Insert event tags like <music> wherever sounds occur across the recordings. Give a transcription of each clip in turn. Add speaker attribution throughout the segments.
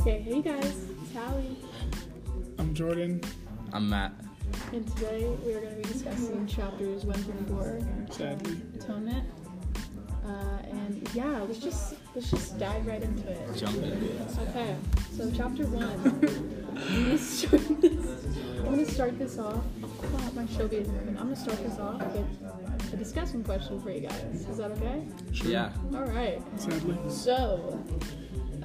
Speaker 1: Okay, hey guys, it's Hallie,
Speaker 2: I'm Jordan.
Speaker 3: I'm Matt.
Speaker 1: and today we are going to be discussing chapters 1 through 4,
Speaker 2: Sadly,
Speaker 1: Atonement. Uh, and yeah, let's just let's just dive right into it.
Speaker 3: Jump in.
Speaker 1: Okay, so chapter 1. <laughs> I'm gonna start this- I'm gonna start this off. Oh, my show isn't open. I'm gonna start this off with a discussion question for you guys. Is that okay?
Speaker 2: sure.
Speaker 3: Yeah.
Speaker 1: All right.
Speaker 2: Sadly,
Speaker 1: So,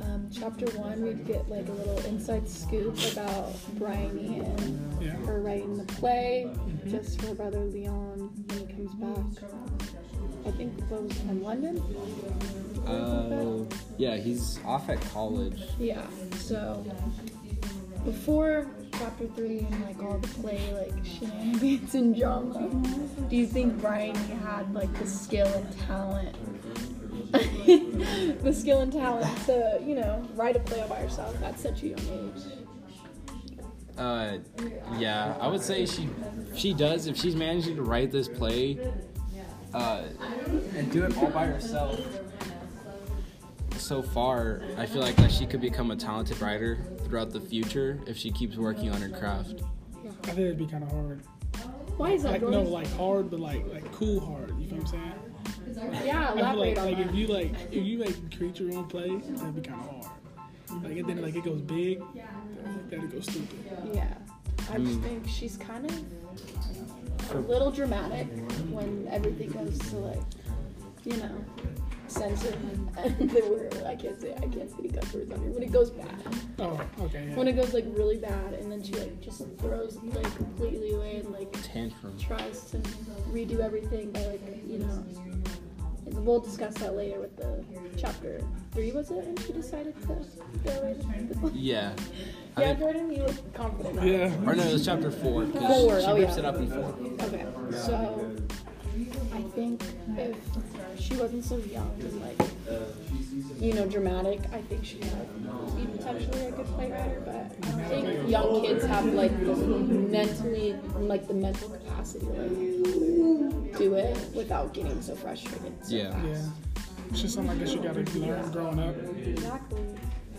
Speaker 1: um, chapter one, we get like a little inside scoop about Bryony and
Speaker 2: yeah.
Speaker 1: her writing the play, just her brother Leon when he comes back. I think that was from London.
Speaker 3: Uh, yeah, he's off at college.
Speaker 1: Yeah. So before chapter three and like all the play like shenanigans and drama, do you think Brian had like the skill and talent? <laughs> the skill and talent to, you know, write a play all by herself at such a young age.
Speaker 3: Uh, yeah, I would say she she does if she's managing to write this play, uh, and do it all by herself. So far, I feel like that she could become a talented writer throughout the future if she keeps working on her craft.
Speaker 2: I think it'd be kind of hard.
Speaker 1: Why is that
Speaker 2: Like no,
Speaker 1: Jordan?
Speaker 2: like hard, but like like cool hard. You know what I'm saying?
Speaker 1: yeah,
Speaker 2: I feel
Speaker 1: elaborate
Speaker 2: like like
Speaker 1: on
Speaker 2: if
Speaker 1: that.
Speaker 2: you like if you like create your own play, that'd be kind of hard. Like and then like it goes big, then it goes stupid.
Speaker 1: Yeah. I just think she's kind of a little dramatic when everything goes to like, you know, censor and <laughs> the word I can't say I can't say the cuss words on here. When it goes bad.
Speaker 2: Oh, okay.
Speaker 1: When
Speaker 2: Yeah.
Speaker 1: it goes like really bad and then she like just throws the play completely away and like
Speaker 3: Tantrum.
Speaker 1: tries to redo everything by like, you know We'll discuss that later with the chapter three, was it? And she decided to throw away the play.
Speaker 3: Yeah.
Speaker 1: <laughs>
Speaker 3: I
Speaker 1: Yeah,
Speaker 3: think-
Speaker 1: Jordan, you look confident. on it.
Speaker 2: Yeah.
Speaker 3: or no, it was chapter four. 'cause
Speaker 1: Four,
Speaker 3: She
Speaker 1: oh,
Speaker 3: rips
Speaker 1: yeah.
Speaker 3: it up in four.
Speaker 1: Okay, so I think if she wasn't so young and like you know dramatic, I think she would be potentially a good play writer. But I think young kids have like this mentally like the mental capacity to like do it without getting so frustrated. So
Speaker 3: Yeah.
Speaker 1: fast.
Speaker 2: Yeah. It's just something I guess you gotta learn growing up.
Speaker 1: Exactly.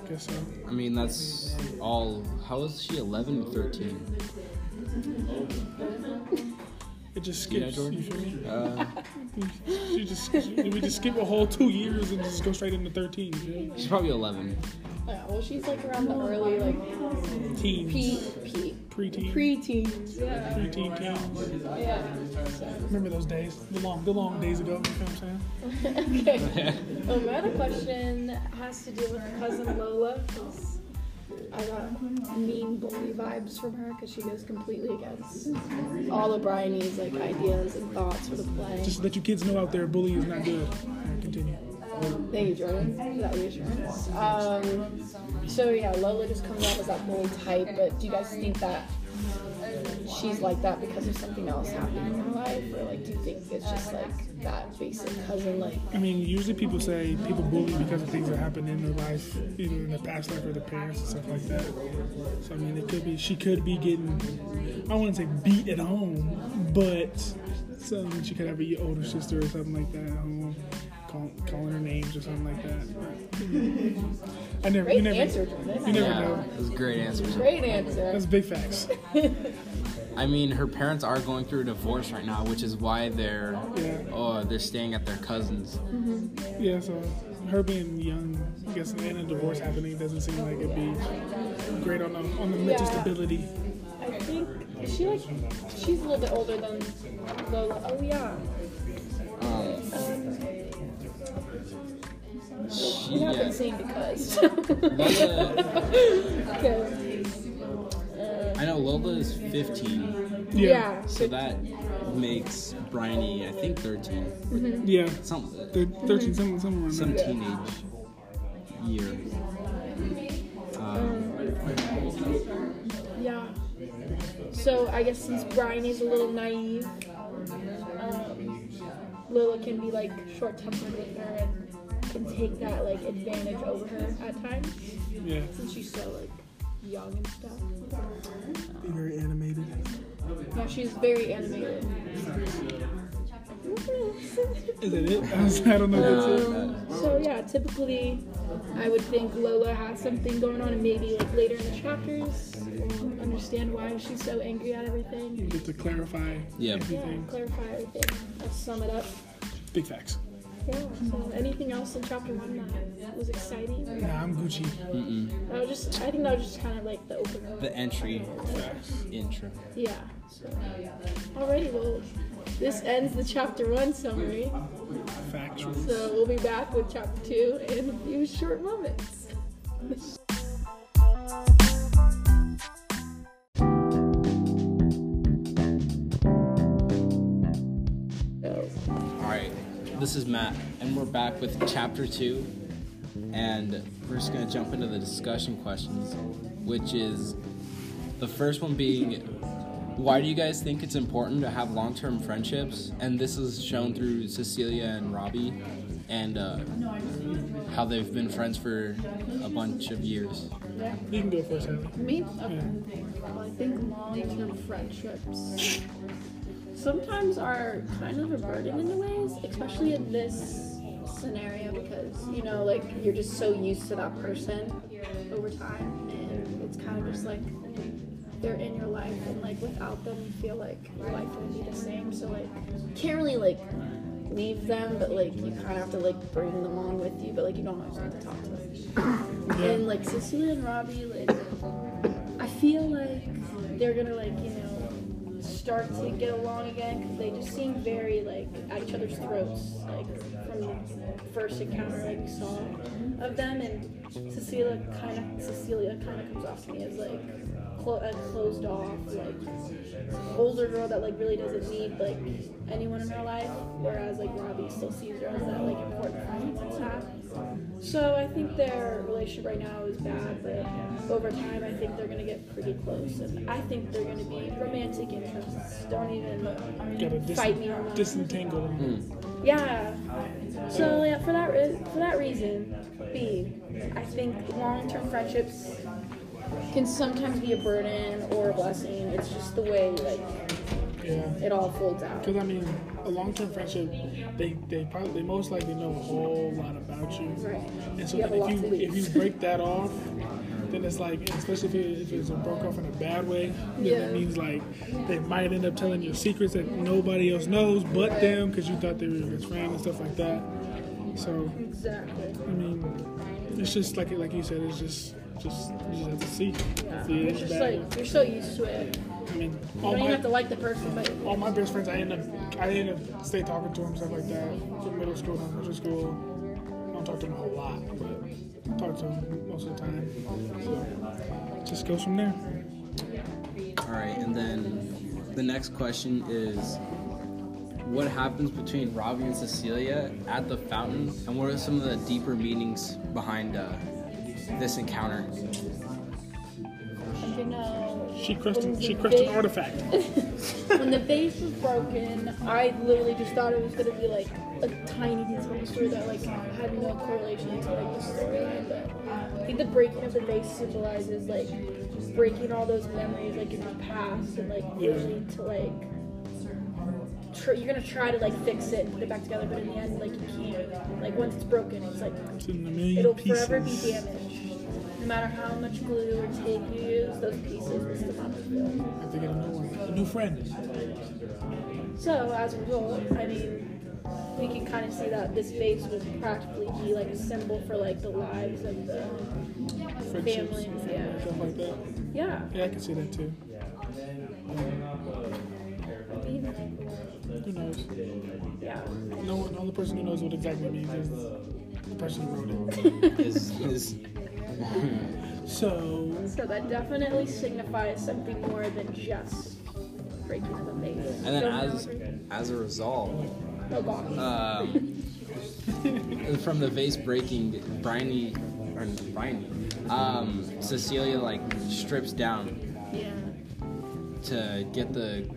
Speaker 2: guess so.
Speaker 3: I mean, that's all. How is she 11 or 13?
Speaker 2: It just
Speaker 3: You know,
Speaker 2: skips.
Speaker 3: Jordan?
Speaker 2: You feel me?
Speaker 3: Uh,
Speaker 2: <laughs> You just we just skip a whole two years and just go straight into thirteen. You feel me?
Speaker 3: she's probably 11.
Speaker 1: Yeah, well, she's like around the early like
Speaker 2: Teens.
Speaker 1: pre pre
Speaker 2: Preteen.
Speaker 1: pre-teens. Yeah.
Speaker 2: Preteen teens.
Speaker 1: Yeah.
Speaker 2: Remember those days? The long, the long days ago. You know what I'm saying?
Speaker 1: okay. Um, Well, my other question has to do with cousin Lola. 'cause I got mean bully vibes from her because she goes completely against all of Bryony's like ideas and thoughts for the play.
Speaker 2: Just let you kids know out there, bullying is not good. Alright, continue.
Speaker 1: Thank you, Jordan, for that reassurance. Um, so yeah, Lola just comes off as that bully type, but do you guys think that she's like that because of something else happening in her life, or like do you think it's just like that basic cousin like?
Speaker 2: I mean, usually people say people bully because of things that happened in their life, either in the past life or their parents and stuff like that. So I mean, it could be she could be getting, I wouldn't say beat at home, but something she could have a older sister or something like that at home, call, calling her names or something like that. But, you know.
Speaker 1: <laughs>
Speaker 2: I never, you
Speaker 1: Great
Speaker 2: never,
Speaker 1: answer,
Speaker 2: you
Speaker 1: Jordan.
Speaker 2: never
Speaker 3: Yeah,
Speaker 2: know.
Speaker 3: that was a great answer.
Speaker 1: Great answer.
Speaker 2: That's big facts.
Speaker 3: I mean, her parents are going through a divorce right now, which is why they're
Speaker 2: Yeah.
Speaker 3: oh they're staying at their cousins.
Speaker 2: Yeah, so her being young, I guess, and a divorce happening doesn't seem like it'd be great on the, on the mental
Speaker 1: Yeah.
Speaker 2: stability.
Speaker 1: I think is she like she's a little bit older than Lola. Oh yeah.
Speaker 3: Um, she,
Speaker 1: We have
Speaker 3: yeah.
Speaker 1: been saying <laughs>
Speaker 3: <laughs>
Speaker 1: because.
Speaker 3: Lola-
Speaker 1: okay.
Speaker 3: I know Lola is 15,
Speaker 2: Yeah.
Speaker 3: so that makes Bryony I think 13,
Speaker 2: Yeah.
Speaker 3: something,
Speaker 2: Thir- 13, some, somewhere around
Speaker 3: some
Speaker 2: there.
Speaker 3: teenage year. Um,
Speaker 1: Yeah. So I guess since Brian is a little naive, um, Lola can be like short tempered with her and can take that like advantage over her at times
Speaker 2: Yeah.
Speaker 1: since she's so like young and stuff.
Speaker 2: Be very animated.
Speaker 1: Yeah, she's very animated.
Speaker 2: Is that it? <laughs> I was- I don't know. That's it.
Speaker 1: Um, so yeah, typically I would think Lola has something going on, and maybe like later in the chapters, we'll understand why she's so angry at
Speaker 2: You
Speaker 1: everything.
Speaker 2: get to clarify
Speaker 3: Yeah.
Speaker 1: Yeah,
Speaker 2: everything.
Speaker 1: clarify everything. Let's sum it up.
Speaker 2: Big facts.
Speaker 1: Yeah. So anything else in chapter one that was exciting?
Speaker 2: Nah, I'm Gucci.
Speaker 3: Mm-mm.
Speaker 1: That was just. I think that was just kind of like the opener.
Speaker 3: The entry, intro.
Speaker 1: Yeah. So. Alrighty. Well, this ends the chapter one summary.
Speaker 2: Factual.
Speaker 1: So we'll be back with chapter two in a few short moments. So,
Speaker 3: All right, this is Matt, and we're back with chapter two, and we're just gonna jump into the discussion questions, which is the first one being, why do you guys think it's important to have long-term friendships? And this is shown through Cecilia and Robbie, and uh, how they've been friends for a bunch of years.
Speaker 2: You can go first, Haley.
Speaker 4: Me? Okay. Well, I think long-term friendships sometimes are kind of a burden in a ways, especially in this scenario because you know, like you're just so used to that person over time, and it's kind of just like they're in your life, and like without them, you feel like your life would be the same. So like, you can't really like leave them, but like you kind of have to like bring them on with you, but like you don't always have to talk to them. And like Cecilia and Robbie, like. I feel like they're gonna like you know start to get along again because they just seem very like at each other's throats like from the first encounter I saw of them and Cecilia kind of Cecilia kind of comes off to me as like clo- a closed off like older girl that like really doesn't need like anyone in her life whereas like Robbie still sees her as that like important friend to have. So I think their relationship right now is bad, but over time I think they're gonna get pretty close, and I think they're gonna be romantic interests. Don't even
Speaker 2: Gotta
Speaker 4: fight me
Speaker 2: dis-
Speaker 4: on that.
Speaker 2: disentangle them.
Speaker 4: yeah. So yeah, for that re- for that reason, B, I think long-term friendships can sometimes be a burden or a blessing. It's just the way like
Speaker 2: Yeah.
Speaker 4: it all folds out.
Speaker 2: Because I mean, a long-term friendship, they they probably they most likely know a whole lot about you.
Speaker 4: Right.
Speaker 2: And so
Speaker 4: You have a
Speaker 2: if
Speaker 4: lot
Speaker 2: you
Speaker 4: to lose.
Speaker 2: if you break that off, then it's like, especially if, it, if it's broke off in a bad way, then
Speaker 4: Yeah.
Speaker 2: it means like they might end up telling you secrets that nobody else knows but them because you thought they were your best friend and stuff like that. So
Speaker 4: Exactly.
Speaker 2: I mean, it's just like like you said, it's just just you just have to see.
Speaker 4: Yeah.
Speaker 2: See,
Speaker 4: It's
Speaker 2: it's
Speaker 4: just
Speaker 2: bad.
Speaker 4: like you're so used to it.
Speaker 2: I mean,
Speaker 4: You
Speaker 2: all
Speaker 4: don't even
Speaker 2: my,
Speaker 4: have to like the person, but
Speaker 2: all my best friends, I end up, I end up stay talking to them stuff like that. From middle school, elementary school, I don't talk to them a whole lot, but I talk to them most of the time. Just goes from there.
Speaker 3: All right, and then the next question is what happens between Robbie and Cecilia at the fountain, and what are some of the deeper meanings behind uh, this encounter?
Speaker 4: you know.
Speaker 2: She crushed, an-
Speaker 4: When
Speaker 2: she
Speaker 4: the
Speaker 2: crushed an
Speaker 4: vase-
Speaker 2: artifact.
Speaker 4: when the vase was broken, I literally just thought it was gonna be like a tiny detail of the story that like had no correlation to like the storyline. But I think the breaking of the vase symbolizes like breaking all those memories like in the past and like really to like tr- you're gonna try to like fix it and put it back together, but in the end like you can't. Like once it's broken, it's like
Speaker 2: It's in a million
Speaker 4: it'll
Speaker 2: pieces.
Speaker 4: forever be damaged. No matter how much glue or tape you use, those pieces will still not rebuild.
Speaker 2: I have to get a new one. A new friend.
Speaker 4: So as a result, I mean, we can kind of see that this vase was practically be like a symbol for like the lives of the
Speaker 2: Friendships.
Speaker 4: family. Yeah,
Speaker 2: Stuff like that.
Speaker 4: yeah.
Speaker 2: Yeah, I can see that too.
Speaker 4: I mean,
Speaker 2: Who knows?
Speaker 4: yeah.
Speaker 2: No one, the only person who knows what exactly it means is the person who wrote
Speaker 4: <laughs>
Speaker 2: it.
Speaker 3: Is, is,
Speaker 2: So,
Speaker 4: So that definitely signifies something more than just breaking of the vase.
Speaker 3: and then as Oh, as a result,
Speaker 4: no body.
Speaker 3: um, from the vase breaking, Briny or Briny, um, Cecilia like strips down
Speaker 4: yeah.
Speaker 3: to get the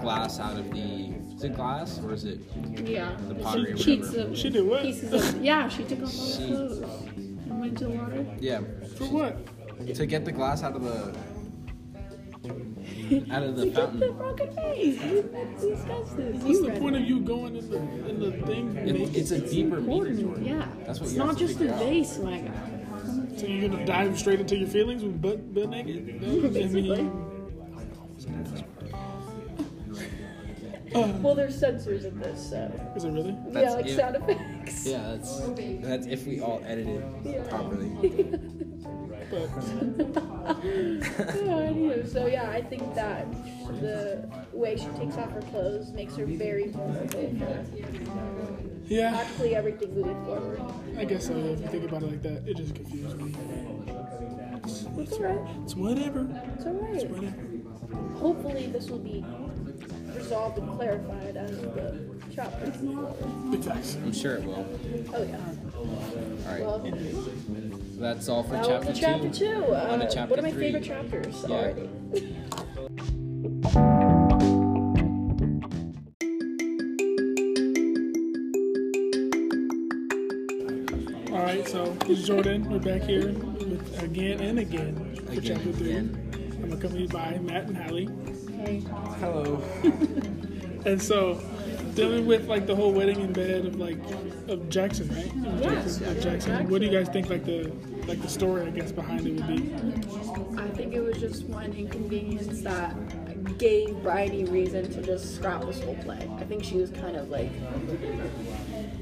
Speaker 3: glass out of the. Is it glass or is it
Speaker 4: Yeah.
Speaker 3: the pottery? or
Speaker 4: She
Speaker 3: whatever?
Speaker 4: took
Speaker 2: she did what? <laughs>
Speaker 4: pieces of yeah. She took off all the clothes and went to the water.
Speaker 3: Yeah.
Speaker 2: For what?
Speaker 3: To get the glass out of the out of
Speaker 4: to
Speaker 3: the
Speaker 4: get the
Speaker 3: fountain.
Speaker 4: broken face. We discussed this.
Speaker 2: What's
Speaker 4: You
Speaker 2: the
Speaker 4: read
Speaker 2: point
Speaker 4: it.
Speaker 2: of you going in the in the thing?
Speaker 3: It- it's a deeper meter
Speaker 4: Important,
Speaker 3: Jordan.
Speaker 4: yeah.
Speaker 3: That's what
Speaker 4: it's
Speaker 3: you have
Speaker 4: not
Speaker 3: to
Speaker 4: just a
Speaker 3: figure out.
Speaker 4: vase, my guy.
Speaker 2: So you're gonna dive straight into your feelings with butt butt naked? <laughs>
Speaker 4: Basically. Well, there's sensors in this, so
Speaker 2: Is it really?
Speaker 3: That's
Speaker 4: yeah, like
Speaker 3: it.
Speaker 4: sound effects.
Speaker 3: Yeah, that's that's if we all edit it properly.
Speaker 4: <laughs> Anywho, so yeah, I think that the way she takes off her clothes makes her very vulnerable for
Speaker 2: Yeah,
Speaker 4: practically everything moving forward.
Speaker 2: I guess so. If you think about it like that, it just confused me.
Speaker 4: It's alright.
Speaker 2: It's whatever.
Speaker 4: It's alright.
Speaker 2: Whatever.
Speaker 4: Hopefully, this will be resolved and clarified as the chapter moves forward.
Speaker 2: Big facts.
Speaker 3: I'm sure it will.
Speaker 4: Oh yeah.
Speaker 3: All right,
Speaker 4: Well,
Speaker 3: that's all for
Speaker 4: that was
Speaker 3: chapter
Speaker 4: the chapter
Speaker 3: two.
Speaker 4: two. Uh,
Speaker 3: On to chapter
Speaker 4: one of my
Speaker 3: three.
Speaker 4: favorite chapters
Speaker 3: Yeah.
Speaker 4: already.
Speaker 2: All right, so this is Jordan. We're back here with again and again for
Speaker 3: Again,
Speaker 2: chapter three.
Speaker 3: again.
Speaker 2: I'm accompanied by Matt and Hallie.
Speaker 3: Hello.
Speaker 2: And so, dealing with like the whole wedding in bed of like of Jackson, right? Of Jackson, of Jackson. What do you guys think like the like the story I guess behind it would be?
Speaker 1: I think it was just one inconvenience that gave Bridie reason to just scrap this whole play. I think she was kind of like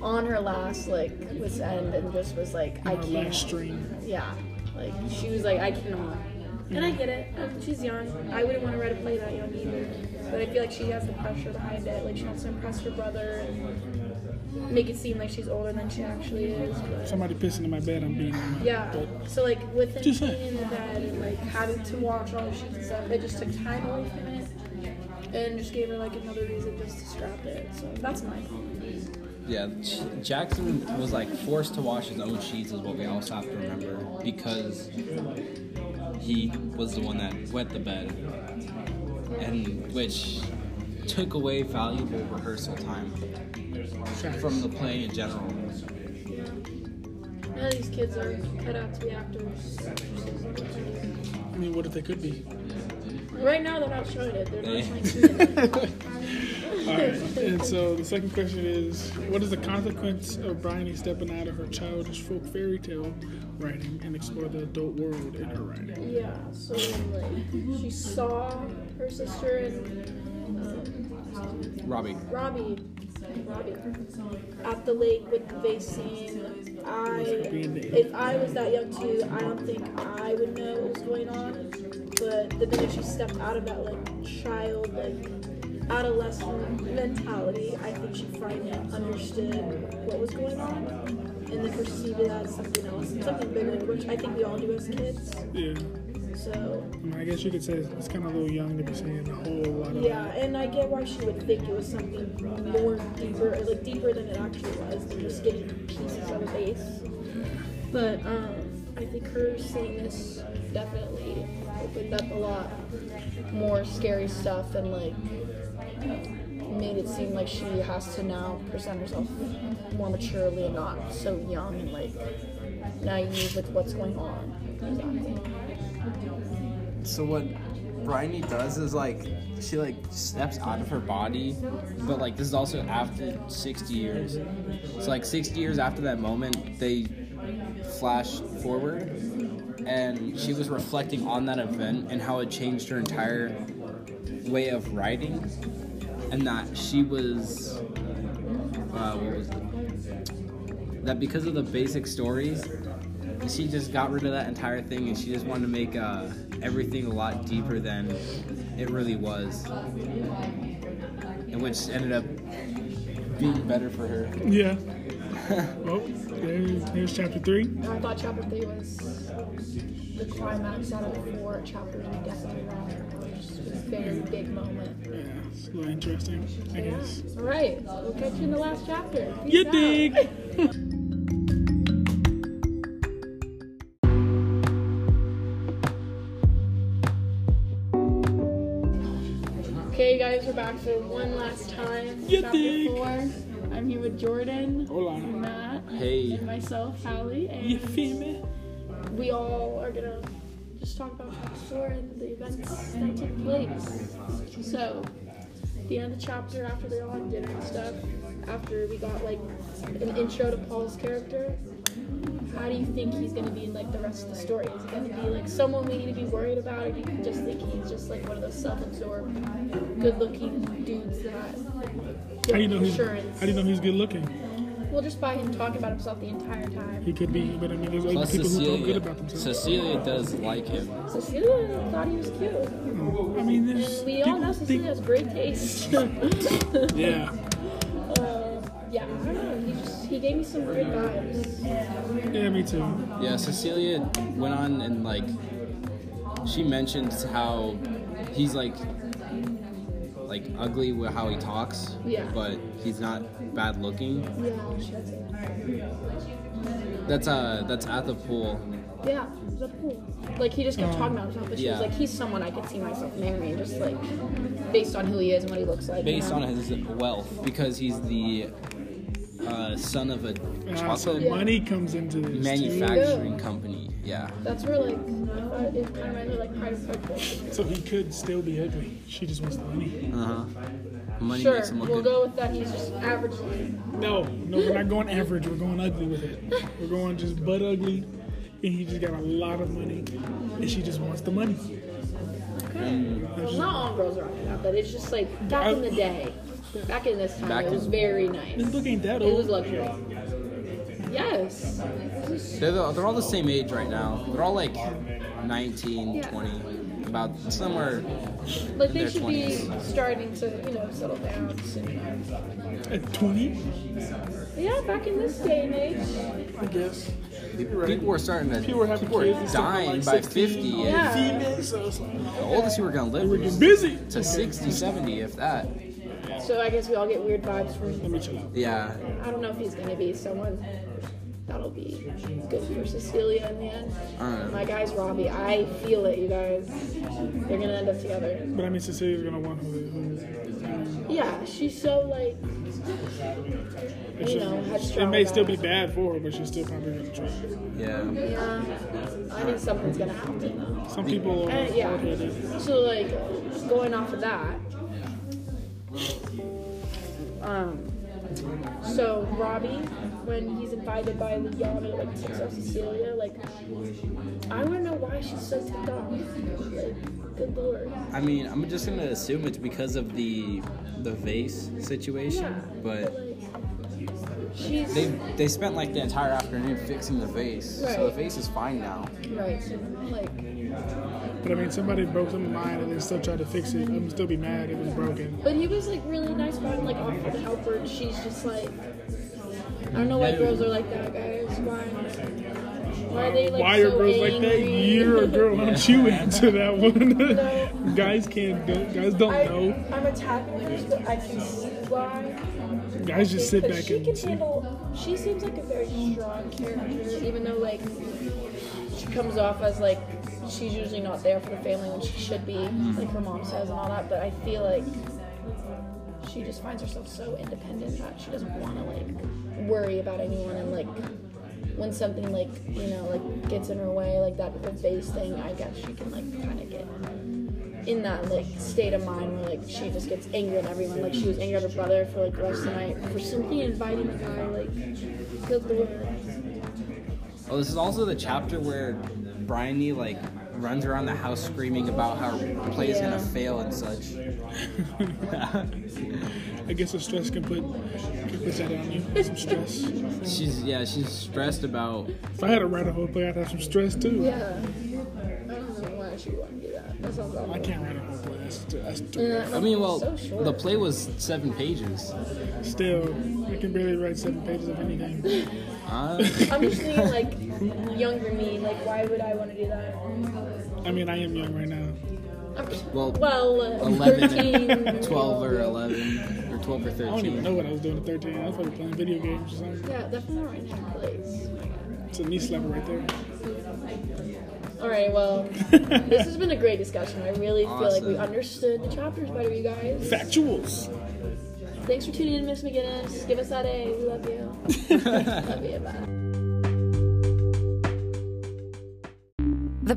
Speaker 1: on her last like was end and just was like, I
Speaker 2: Our last
Speaker 1: can't.
Speaker 2: stream.
Speaker 1: Yeah, like she was like, I cannot.
Speaker 4: And I get it. Um, she's young. I wouldn't want to write a play that young either. But I feel like she has the pressure behind it. Like she wants to impress her brother and make it seem like she's older than she actually is. But
Speaker 2: Somebody pissing in my bed. I'm beating them up.
Speaker 4: yeah. So like with him
Speaker 2: Just saying.
Speaker 4: being in the bed and like having to watch all the shoots and stuff, it just took time away from it. And just gave her like another reason just to scrap it. So that's mine.
Speaker 3: Yeah, J- Jackson was like forced to wash his own sheets, is what we also have to remember, because he was the one that wet the bed, and which took away valuable rehearsal time from the play in general.
Speaker 4: Yeah, these kids are cut out to be actors.
Speaker 2: I mean, what if they could
Speaker 3: <laughs>
Speaker 2: be?
Speaker 4: Right now they're not showing it. They're
Speaker 3: Eh.
Speaker 4: not showing it.
Speaker 2: All right. And so the second question is, what is the consequence of Bryony stepping out of her childish folk fairy tale writing and explore the adult world in her writing?
Speaker 4: Yeah, so like she saw her sister and um,
Speaker 3: Robbie,
Speaker 4: Robbie, Robbie at the lake with the vase scene. I, if I was that young too, I don't think I would know what was going on. But the minute she stepped out of that like child, like adolescent mentality, I think she finally understood what was going on and then perceived it as something else, something bigger, which I think we all do as kids.
Speaker 2: Yeah.
Speaker 4: So
Speaker 2: I, mean, I guess you could say it's kind of a little young to be saying a whole lot of
Speaker 4: Yeah, and I get why she would think it was something more deeper, like deeper than it actually was, than just getting pieces of a base. But um, I think her seeing this
Speaker 1: Definitely opened up a lot more scary stuff and like made it seem like she has to now present herself more maturely and not so young and like naive with what's going on.
Speaker 3: So what Bryony does is like she like steps out of her body, but like this is also after 60 years. So like 60 years after that moment, they flash forward, and she was reflecting on that event and how it changed her entire way of writing, and that she was uh, what was it? that because of the basic stories she just got rid of that entire thing and she just wanted to make uh, everything a lot deeper than it really was and which ended up being better for her
Speaker 2: Yeah. <laughs> well, there's, there's chapter three.
Speaker 1: I thought chapter three was the climax out of the four chapters we definitely read. It was just a very big moment.
Speaker 2: Yeah, it's a little interesting, I guess.
Speaker 1: All right, we'll catch you in the last chapter. Peace
Speaker 2: You
Speaker 1: out.
Speaker 2: dig? <laughs>
Speaker 4: Okay, guys, we're back for one last time.
Speaker 2: You
Speaker 4: chapter
Speaker 2: dig?
Speaker 4: four. I'm here with Jordan,
Speaker 2: Hola.
Speaker 4: Matt,
Speaker 3: hey
Speaker 4: and myself, Hallie,
Speaker 2: You
Speaker 4: and
Speaker 2: feel me?
Speaker 4: we all are gonna just talk about chapter four and the events that took place. So, the end of the chapter, after they all had dinner and stuff, after we got like an intro to Paul's character, how do you think he's gonna be in like the rest of the story? Is he gonna be like someone we need to be worried about, or do you just think he's just like one of those self-absorbed, good-looking dudes that
Speaker 2: How do you know he's
Speaker 4: insurance?
Speaker 2: How do you know he's good looking?
Speaker 4: Well, just by him talking about himself the entire time.
Speaker 2: He could be, but I mean, there's other
Speaker 3: Plus
Speaker 2: people who feel good
Speaker 3: Cecilia.
Speaker 2: about themselves.
Speaker 3: Cecilia does like him.
Speaker 4: Cecilia thought he was cute.
Speaker 2: I mean, there's
Speaker 4: We all
Speaker 2: people
Speaker 4: know Cecilia
Speaker 2: think,
Speaker 4: has great <laughs> taste. uh,
Speaker 2: yeah,
Speaker 4: yeah, I don't know. He just he gave me some good vibes.
Speaker 2: yeah, me too.
Speaker 3: Yeah, Cecilia went on and like she mentioned how he's like like ugly with how he talks,
Speaker 4: Yeah.
Speaker 3: but he's not bad looking.
Speaker 4: Yeah,
Speaker 3: That's uh that's at the pool.
Speaker 4: yeah, that's cool. Like he just kept talking about himself, but she
Speaker 3: Yeah.
Speaker 4: was like, he's someone I could see myself marrying, just like based on who he is and what he looks like.
Speaker 3: based
Speaker 4: you know?
Speaker 3: on his wealth because he's the uh, son of a
Speaker 2: Uh, so
Speaker 3: chocolate
Speaker 2: money comes into this.
Speaker 3: manufacturing company. Yeah.
Speaker 4: That's where like I thought it kind of reminds me of, like Pride and Prejudice.
Speaker 2: too. So he could still be ugly. She just wants the money.
Speaker 3: Uh huh. Money
Speaker 4: Sure,
Speaker 3: makes him look
Speaker 4: we'll
Speaker 3: good.
Speaker 4: go with that. He's just average.
Speaker 2: No, no, we're not going average. We're going ugly with it. We're going just butt ugly, and he just got a lot of money, and she just wants the money.
Speaker 4: Well, not all girls are like that, but it's just like back in the day, back in this time,
Speaker 3: Back
Speaker 4: it was
Speaker 3: in-
Speaker 4: very nice.
Speaker 2: This book ain't that
Speaker 4: It
Speaker 2: old.
Speaker 4: was luxury. Yes.
Speaker 3: They're, the, they're all the same age right now. They're all like 19,
Speaker 4: Yeah.
Speaker 3: 20, about somewhere.
Speaker 4: Like
Speaker 3: In
Speaker 4: they
Speaker 3: their
Speaker 4: should be
Speaker 3: 20s.
Speaker 4: starting to, you know, settle down soon.
Speaker 2: At 20,
Speaker 4: Yeah, back in this day and age.
Speaker 2: I guess.
Speaker 3: People were starting to.
Speaker 2: People were having kids and stuff at,
Speaker 3: dying
Speaker 2: like
Speaker 3: by
Speaker 2: 16,
Speaker 3: 50,
Speaker 2: all
Speaker 4: yeah.
Speaker 2: females, so it's like,
Speaker 3: The oldest you were gonna live
Speaker 2: we're
Speaker 3: was
Speaker 2: getting busy.
Speaker 3: to 60, 70, if that.
Speaker 4: So I guess we all get weird vibes
Speaker 2: Let
Speaker 4: from.
Speaker 2: me chill out.
Speaker 3: Yeah.
Speaker 4: I don't know if he's gonna be someone that'll be good for Cecilia in the end.
Speaker 3: don't know.
Speaker 4: My guy's Robbie. I feel it, you guys. They're gonna end up together.
Speaker 2: But I mean, Cecilia's gonna want who, who
Speaker 4: Yeah, she's so like, you know, headstrong.
Speaker 2: it may still be
Speaker 4: about it.
Speaker 2: bad for her, but she's still probably gonna try.
Speaker 3: Yeah.
Speaker 4: Yeah, um, I think something's gonna happen though.
Speaker 2: Some people are
Speaker 4: Uh, yeah.
Speaker 2: hard-headed.
Speaker 4: So like going off of that. Um so Robbie, when he's invited by Liana to like take out Cecilia, like I wanna know why she's so ticked off. Like, good lord.
Speaker 3: I mean, I'm just gonna assume it's because of the the vase situation,
Speaker 4: Yeah.
Speaker 3: but.
Speaker 4: like, she's
Speaker 3: They they spent like the entire afternoon fixing the vase, so the
Speaker 4: Right.
Speaker 3: vase is fine now.
Speaker 4: right. Like
Speaker 2: But I mean, somebody broke someone's mind and then still tried to fix it. I'm still be mad if it's broken.
Speaker 4: But he was like really nice about it, like offered to help her. and She's just like, I don't know why girls are like that, guys. Why? Why are they like
Speaker 2: Why are
Speaker 4: so
Speaker 2: girls
Speaker 4: angry?
Speaker 2: like that? You're a
Speaker 4: <laughs>
Speaker 2: girl, don't you answer that one? guys can't. Do, guys don't
Speaker 5: I,
Speaker 2: know.
Speaker 5: I'm attacking this, but I can see why.
Speaker 2: Guys just sit
Speaker 5: Because
Speaker 2: back
Speaker 5: she
Speaker 2: and.
Speaker 5: can
Speaker 2: see.
Speaker 5: handle. She seems like a very strong character.
Speaker 4: Even though like she comes off as like she's usually not there for the family when she should be, like her mom says and all that. But I feel like she just finds herself so independent that she doesn't want to like worry about anyone and like. When something like you know like gets in her way, like that whole face thing, I guess she can like kind of get in that like state of mind where like she just gets angry at everyone. Like she was angry at her brother for like the rest of the night for simply inviting the guy. Like good lord.
Speaker 3: Oh, this is also the chapter where Bryony like runs around the house screaming about how her play is
Speaker 4: Yeah.
Speaker 3: gonna fail and such.
Speaker 2: I guess the stress can put can put that on you. Some stress.
Speaker 4: <laughs>
Speaker 3: She's yeah, she's stressed about
Speaker 2: If I had to write a whole play, I'd have some stress too.
Speaker 4: Yeah. I don't know why she wouldn't do that. That sounds awful.
Speaker 2: I can't write a whole play. That's, that's
Speaker 4: Yeah,
Speaker 3: I mean, well,
Speaker 4: so short.
Speaker 3: the play was seven pages.
Speaker 2: still. I can barely write seven pages of anything.
Speaker 3: Uh,
Speaker 4: I'm just thinking like younger me. Like why would I want to do that?
Speaker 2: I mean, I am young right now.
Speaker 3: well,
Speaker 4: Well, uh,
Speaker 3: 11,
Speaker 4: 13,
Speaker 3: 12 or 11, or 12 or
Speaker 2: I don't even
Speaker 3: 13.
Speaker 2: know what I was doing at 13. I was probably playing video games or something.
Speaker 4: Yeah, definitely right now, please.
Speaker 2: It's a knee slapper right there.
Speaker 4: All right, well, this has been a great discussion. I really feel like we
Speaker 3: Awesome.
Speaker 4: understood the chapters better, you guys.
Speaker 2: Factuals.
Speaker 4: Thanks for tuning in, Miss McGinnis. Give us that A. We love you. love you. Bye.
Speaker 6: The